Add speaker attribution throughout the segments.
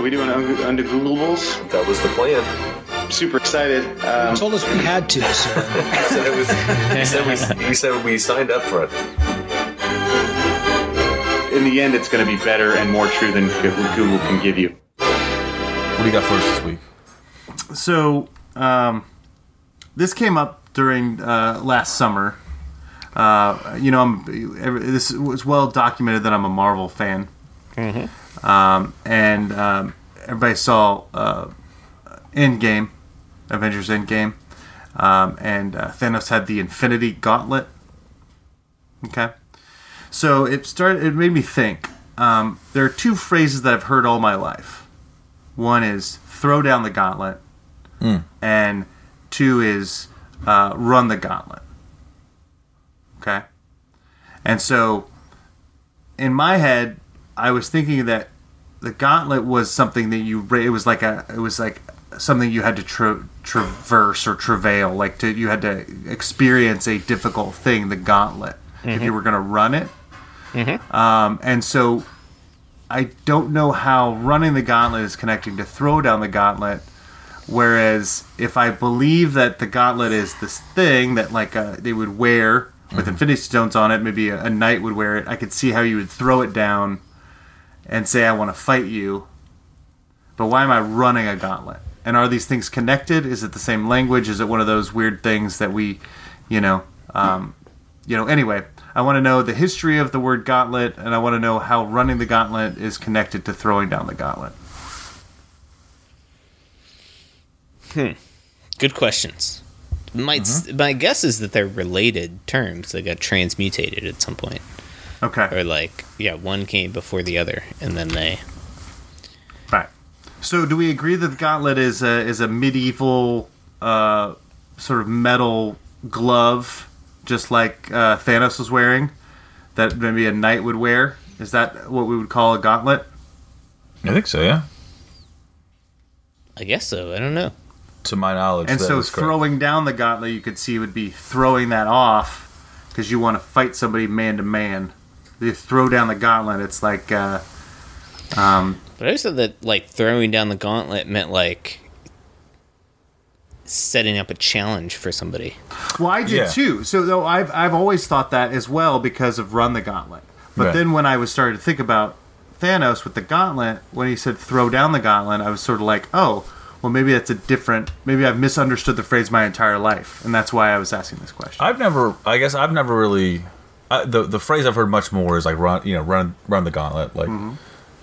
Speaker 1: we doing un- under Googleables?
Speaker 2: That was the plan.
Speaker 1: Super excited. Um,
Speaker 3: You told us we had to, so
Speaker 2: He said it was. he said we. He said we signed up for it.
Speaker 1: in the end, it's going to be better and more true than Google Google can give you.
Speaker 4: What do you got for us this week?
Speaker 5: So, um, this came up during uh, last summer. Uh, you know, I'm, every- this was well documented that I'm a Marvel fan, um, and um, everybody saw uh, Endgame, Avengers Endgame, um, and uh, Thanos had the Infinity Gauntlet. Okay, so it started. It made me think. Um, there are two phrases that I've heard all my life. One is throw down the gauntlet, and two is uh, run the gauntlet. Okay? And so in my head, I was thinking that the gauntlet was something that you ra- it was like a it was like something you had to tra- traverse or travail like to you had to experience a difficult thing the gauntlet if you were going to run it um, and so I don't know how running the gauntlet is connecting to throw down the gauntlet. Whereas if I believe that the gauntlet is this thing that like uh, they would wear with infinity stones on it, maybe a, a knight would wear it. I could see how you would throw it down and say, "I want to fight you," but why am I running a gauntlet? And are these things connected? Is it the same language? Is it one of those weird things that we, you know, um, you know? Anyway, I want to know the history of the word gauntlet, and I want to know how running the gauntlet is connected to throwing down the gauntlet.
Speaker 6: Good questions. My my guess is that they're related terms that got transmutated at some point,
Speaker 5: Okay.
Speaker 6: or like yeah, one came before the other, and then they
Speaker 5: Right. So, do we agree that the gauntlet is a is a medieval uh, sort of metal glove, just like uh, Thanos was wearing, that maybe a knight would wear? Is that what we would call a gauntlet?
Speaker 4: I think so. Yeah.
Speaker 6: I guess so. I don't know.
Speaker 4: To my knowledge,
Speaker 5: And
Speaker 4: that
Speaker 5: so,
Speaker 4: was correct.
Speaker 5: throwing down the gauntlet, you could see would be throwing that off because you want to fight somebody man to man. You throw down the gauntlet. It's like uh,
Speaker 6: But I always thought that like throwing down the gauntlet meant like setting up a challenge for somebody.
Speaker 5: Well, I did
Speaker 4: Yeah.
Speaker 5: too. So though I've I've always thought that as well because of Run the Gauntlet. But
Speaker 4: Right.
Speaker 5: then when I was starting to think about Thanos with the gauntlet, when he said throw down the gauntlet, I was sort of like, oh, well maybe that's a different. Maybe I've misunderstood the phrase my entire life, and that's why I was asking this question.
Speaker 4: I've never. I guess I've never really. I, the the phrase I've heard much more is like run. You know, run run the gauntlet. Like.
Speaker 5: Mm-hmm.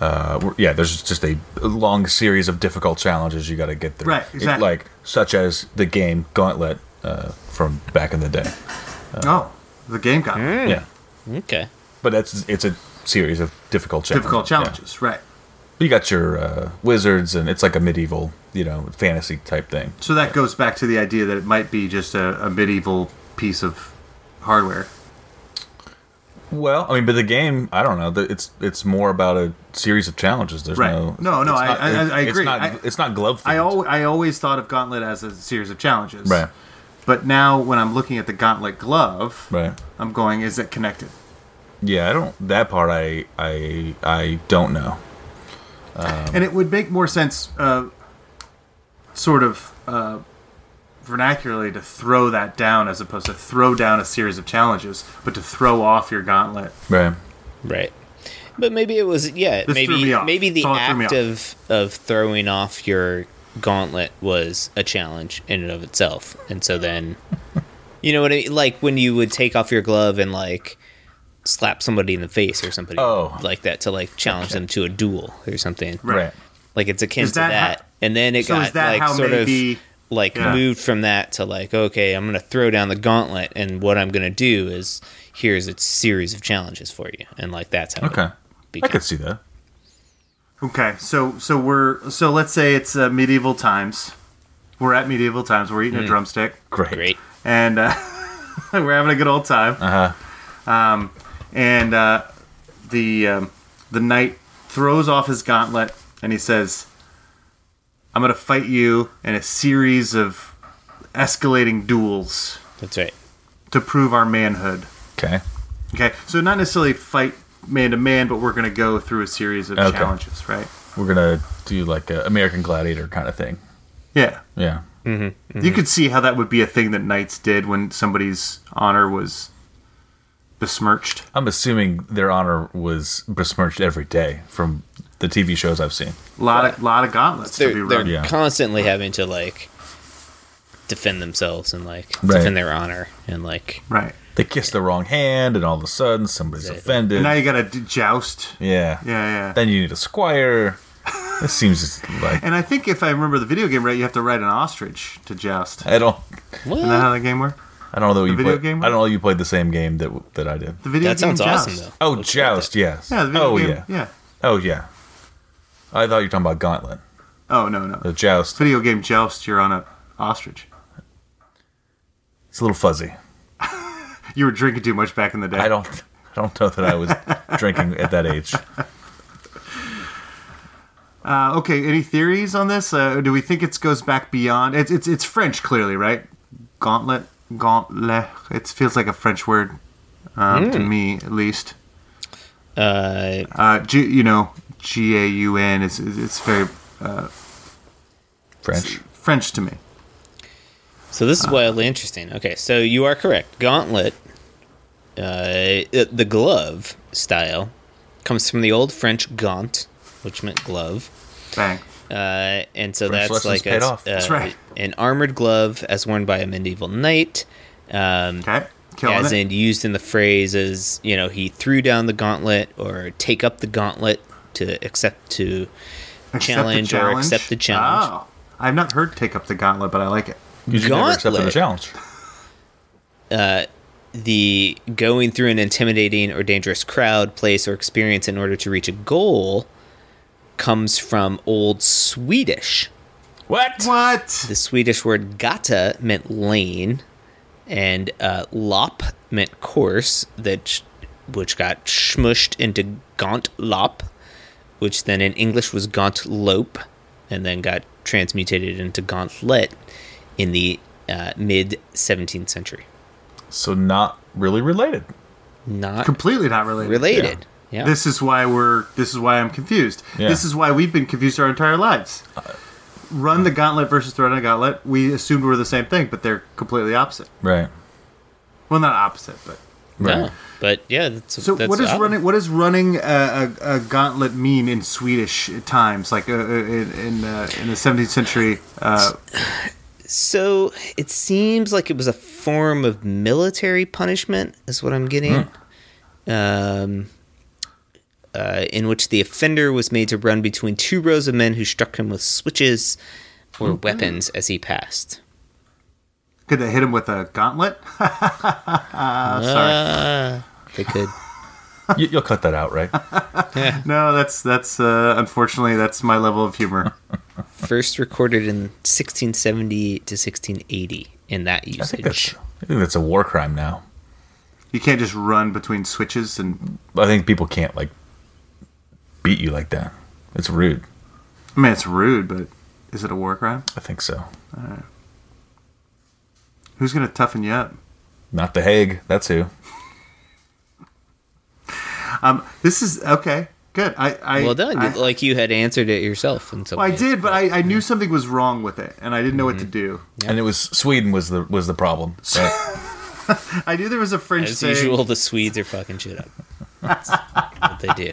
Speaker 4: Uh, we're- yeah, there's just a long series of difficult challenges you got to get through.
Speaker 5: Right, exactly.
Speaker 4: like such as the game Gauntlet uh, from back in the day.
Speaker 5: oh, the game gauntlet,
Speaker 4: Yeah,
Speaker 6: Okay.
Speaker 4: but that's it's a series of difficult challenges.
Speaker 5: difficult
Speaker 4: Yeah.
Speaker 5: challenges, right?
Speaker 4: You got your uh, wizards, and it's like a medieval, you know, fantasy type thing.
Speaker 5: So that goes back to the idea that it might be just a, a medieval piece of hardware.
Speaker 4: Well, I mean, but the game, I don't know. the- It's it's more about a series of challenges. There's
Speaker 5: Right.
Speaker 4: no,
Speaker 5: No, no,
Speaker 4: it's
Speaker 5: I-
Speaker 4: not-
Speaker 5: I- I- I
Speaker 4: It's
Speaker 5: agree.
Speaker 4: not,
Speaker 5: I-
Speaker 4: it's not glove.
Speaker 5: I,
Speaker 4: themed.
Speaker 5: al- I always thought of gauntlet as a series of challenges,
Speaker 4: right,
Speaker 5: But now when I'm looking at the gauntlet glove,
Speaker 4: right.
Speaker 5: I'm going, is it connected?
Speaker 4: Yeah, I don't. That part, I I I don't know.
Speaker 5: and it would make more sense, uh, sort of uh, vernacularly, to throw that down as opposed to throw down a series of challenges, but to throw off your gauntlet.
Speaker 4: Right.
Speaker 6: Right. But maybe it was yeah,
Speaker 5: This threw me
Speaker 6: maybe
Speaker 5: off.
Speaker 6: maybe the
Speaker 5: It's all it threw me
Speaker 6: act
Speaker 5: off.
Speaker 6: of of throwing off your gauntlet was a challenge in and of itself. And so then you know what I mean? Like when you would take off your glove and like slap somebody in the face or somebody
Speaker 4: Oh.
Speaker 6: like that to like challenge them to a duel or something.
Speaker 4: Right.
Speaker 6: Like it's akin
Speaker 5: Is
Speaker 6: to
Speaker 5: that
Speaker 6: that.
Speaker 5: how-
Speaker 6: and then it
Speaker 5: so is
Speaker 6: got
Speaker 5: that
Speaker 6: like
Speaker 5: how
Speaker 6: sort
Speaker 5: maybe-
Speaker 6: of like
Speaker 5: yeah.
Speaker 6: moved from that to like okay, I'm gonna throw down the gauntlet, and what I'm gonna do is here's a series of challenges for you, and like that's how.
Speaker 4: Okay.
Speaker 6: It
Speaker 4: I
Speaker 6: became.
Speaker 4: could see that.
Speaker 5: Okay, so so we're so let's say it's uh, medieval times. We're at medieval times. We're eating a drumstick,
Speaker 4: Great.
Speaker 6: Great.
Speaker 5: and uh, we're having a good old time.
Speaker 4: Uh huh.
Speaker 5: and uh, the um, the knight throws off his gauntlet and he says, "I'm gonna fight you in a series of escalating duels
Speaker 6: That's right.
Speaker 5: to prove our manhood."
Speaker 4: Okay.
Speaker 5: Okay, so not necessarily fight man to man, but we're gonna go through a series of
Speaker 4: Okay.
Speaker 5: challenges, right?
Speaker 4: we're gonna do like a American Gladiator kind of thing.
Speaker 5: Yeah.
Speaker 4: Yeah,
Speaker 5: You could see how that would be a thing that knights did when somebody's honor was besmirched.
Speaker 4: I'm assuming their honor was besmirched every day from the TV shows I've seen.
Speaker 5: A lot of lot of gauntlets to be
Speaker 6: They're, they're
Speaker 5: run.
Speaker 4: Yeah.
Speaker 6: constantly having to like defend themselves and like
Speaker 4: Right.
Speaker 6: defend their honor and like
Speaker 5: Right.
Speaker 4: They kiss the wrong hand, and all of a sudden somebody's
Speaker 6: That's it.
Speaker 4: offended.
Speaker 5: And now you got to d- joust.
Speaker 4: yeah,
Speaker 5: Yeah, yeah.
Speaker 4: Then you need a squire. This seems just like
Speaker 5: And I think if I remember the video game right, you have to ride an ostrich to joust. Isn't
Speaker 4: I don't.
Speaker 6: what?
Speaker 5: that how that game worked?
Speaker 4: I don't know. That you
Speaker 5: video
Speaker 4: played,
Speaker 5: game
Speaker 4: I don't know. You played the same game that that I did.
Speaker 5: The video
Speaker 6: that
Speaker 5: game
Speaker 6: sounds awesome
Speaker 5: Joust.
Speaker 6: though.
Speaker 4: Oh,
Speaker 6: Let's get
Speaker 4: joust.
Speaker 6: that.
Speaker 4: Yes.
Speaker 5: Yeah, the video
Speaker 4: oh
Speaker 5: game.
Speaker 4: yeah.
Speaker 5: yeah.
Speaker 4: Oh yeah. I thought you were talking about Gauntlet.
Speaker 5: Oh no no.
Speaker 4: The joust.
Speaker 5: video game joust, you're on a ostrich.
Speaker 4: It's a little fuzzy.
Speaker 5: You were drinking too much back in the day.
Speaker 4: I don't. I don't know that I was drinking at that age.
Speaker 5: Uh, okay, any theories on this? Uh, do we think it goes back beyond? It's it's it's French clearly, right? Gauntlet, gauntlet. It feels like a French word um,
Speaker 6: Hmm.
Speaker 5: to me, at least.
Speaker 6: Uh,
Speaker 5: Uh, G, you know, G A U N is is- it's very
Speaker 4: French.
Speaker 5: French to me.
Speaker 6: so this is
Speaker 5: Ah.
Speaker 6: wildly interesting. Okay, so you are correct. Gauntlet, uh, it- the glove style, comes from the old French gaunt, which meant glove.
Speaker 5: Bang.
Speaker 6: Uh, and so
Speaker 4: French
Speaker 6: that's
Speaker 4: lessons
Speaker 6: like
Speaker 4: paid
Speaker 6: a, uh,
Speaker 4: off.
Speaker 5: That's right.
Speaker 6: an armored glove as worn by a medieval knight. Um,
Speaker 5: Okay, killing
Speaker 6: as
Speaker 5: it.
Speaker 6: in used in the phrase as you know he threw down the gauntlet or take up the gauntlet to accept to
Speaker 5: Accept the
Speaker 6: challenge or accept the challenge.
Speaker 5: Oh, I've not heard take up the gauntlet, but I like it.
Speaker 4: You should never accepted the
Speaker 6: Gauntlet.
Speaker 4: challenge.
Speaker 6: the going through an intimidating or dangerous crowd, place, or experience in order to reach a goal comes from old Swedish.
Speaker 4: What?
Speaker 5: What?
Speaker 6: The Swedish word gata meant lane, and uh, lop meant course, that which got smushed into gaunt lop, which then in English was gaunt lope, and then got transmutated into gauntlet in the uh, mid 17th century.
Speaker 4: So not really related.
Speaker 6: Not
Speaker 5: Completely not related.
Speaker 6: related. Yeah.
Speaker 5: This is why we're. This is why I'm confused.
Speaker 4: Yeah.
Speaker 5: This is why we've been confused our entire lives. Run the gauntlet versus throw down a gauntlet. We assumed were the same thing, but they're completely opposite.
Speaker 4: Right.
Speaker 5: Well, not opposite, but
Speaker 6: No,
Speaker 4: Right.
Speaker 6: but yeah, that's
Speaker 5: so.
Speaker 6: That's
Speaker 5: what does
Speaker 6: odd.
Speaker 5: running? What does running a, a, a gauntlet mean in Swedish times, like uh, uh, in in, uh, in the 17th century? Uh,
Speaker 6: So it seems like it was a form of military punishment, is what I'm getting. Um, uh, in which the offender was made to run between two rows of men who struck him with switches or weapons as he passed.
Speaker 5: could they hit him with a gauntlet?
Speaker 6: They could.
Speaker 4: You, you'll cut that out, right?
Speaker 5: No, that's that's uh, unfortunately that's my level of humor.
Speaker 6: First recorded in 1670 to 1680 in that
Speaker 4: I think that's.
Speaker 6: usage.
Speaker 4: I think that's a war crime now.
Speaker 5: You can't just run between switches and.
Speaker 4: I think people can't like beat you like that. It's rude.
Speaker 5: I mean, it's rude, but is it a war crime?
Speaker 4: I think so.
Speaker 5: Who's gonna toughen you up?
Speaker 4: Not the Hague. That's who.
Speaker 5: Um, this is okay. Good. I, I
Speaker 6: Well done.
Speaker 5: I,
Speaker 6: like you had answered it yourself in some
Speaker 5: Well, I
Speaker 6: ways.
Speaker 5: did, but I, I knew something was wrong with it, and I didn't know what to
Speaker 6: Mm-hmm.
Speaker 5: do.
Speaker 4: And it was Sweden was the was the problem. Right?
Speaker 5: I knew there was a French
Speaker 6: As
Speaker 5: saying.
Speaker 6: usual, the Swedes are fucking shit up. That's what they do.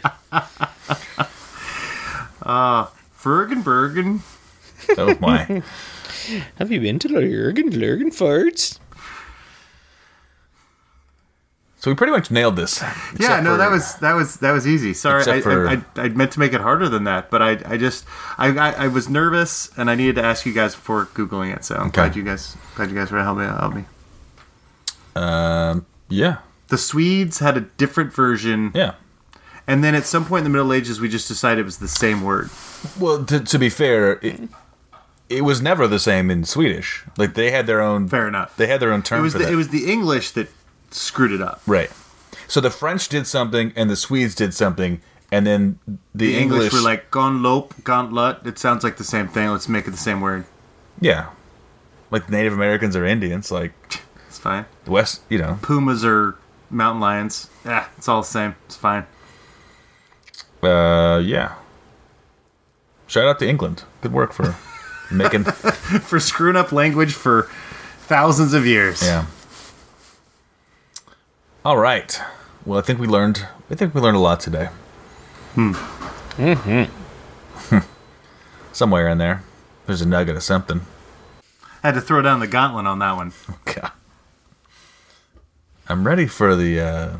Speaker 5: Fergenbergen.
Speaker 4: oh my.
Speaker 6: Have you been to Lurgan Lurgan Farts?
Speaker 4: So we pretty much nailed this.
Speaker 5: Yeah,
Speaker 4: Except
Speaker 5: no,
Speaker 4: for-
Speaker 5: that was that was that was easy. Sorry, I,
Speaker 4: Except for-
Speaker 5: I, I, I meant to make it harder than that, but I, I just I, I, I was nervous, and I needed to ask you guys before googling it. So I'm glad you guys glad you guys were helping help me.
Speaker 4: Um, yeah,
Speaker 5: The Swedes had a different version,
Speaker 4: yeah.
Speaker 5: and then at some point in the Middle Ages, we just decided it was the same word.
Speaker 4: Well, to, to be fair, it, it was never the same in Swedish. Like they had their own.
Speaker 5: Fair enough.
Speaker 4: They had their own term
Speaker 5: It was
Speaker 4: for
Speaker 5: the,
Speaker 4: that.
Speaker 5: it was the English that screwed it up.
Speaker 4: right. So the French did something, and the Swedes did something, and then the,
Speaker 5: The English,
Speaker 4: English
Speaker 5: were like gonlope, gauntlet. It sounds like the same thing. Let's make it the same word.
Speaker 4: yeah, like Native Americans or Indians, like
Speaker 5: It's fine.
Speaker 4: the West. You know,
Speaker 5: Pumas are mountain lions. Yeah, it's all the same. It's fine.
Speaker 4: uh, yeah. Shout out to England. Good work for making.
Speaker 5: for screwing up language for thousands of years.
Speaker 4: Yeah. All right. Well, I think we learned. I think we learned a lot today. Hmm. Mm-hmm. Somewhere in there, there's a nugget of something. Oh,
Speaker 5: Had to throw down the gauntlet on that one.
Speaker 4: God. I'm ready for the. Uh,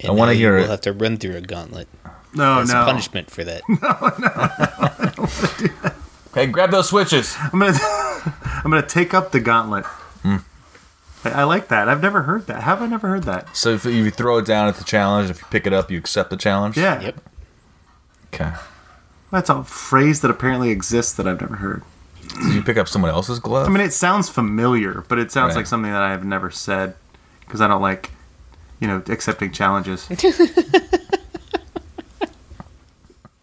Speaker 6: And
Speaker 4: I wanna
Speaker 6: now you
Speaker 4: hear
Speaker 6: will
Speaker 4: it.
Speaker 6: have to run through a gauntlet.
Speaker 5: No,
Speaker 6: As
Speaker 5: Oh, no.
Speaker 6: punishment for that.
Speaker 4: hey, grab those switches.
Speaker 5: I'm gonna I'm gonna take up the gauntlet. I, I like that. I've never heard that. Have I never heard that?
Speaker 4: So if you throw it down at the challenge, if you pick it up, you accept the challenge.
Speaker 5: Yeah.
Speaker 6: Yep.
Speaker 4: Okay.
Speaker 5: That's a phrase that apparently exists that I've never heard.
Speaker 4: Did you pick up someone else's glove?
Speaker 5: I mean, it sounds familiar, but it sounds
Speaker 4: Right.
Speaker 5: like something that I have never said because I don't like, you know, accepting challenges.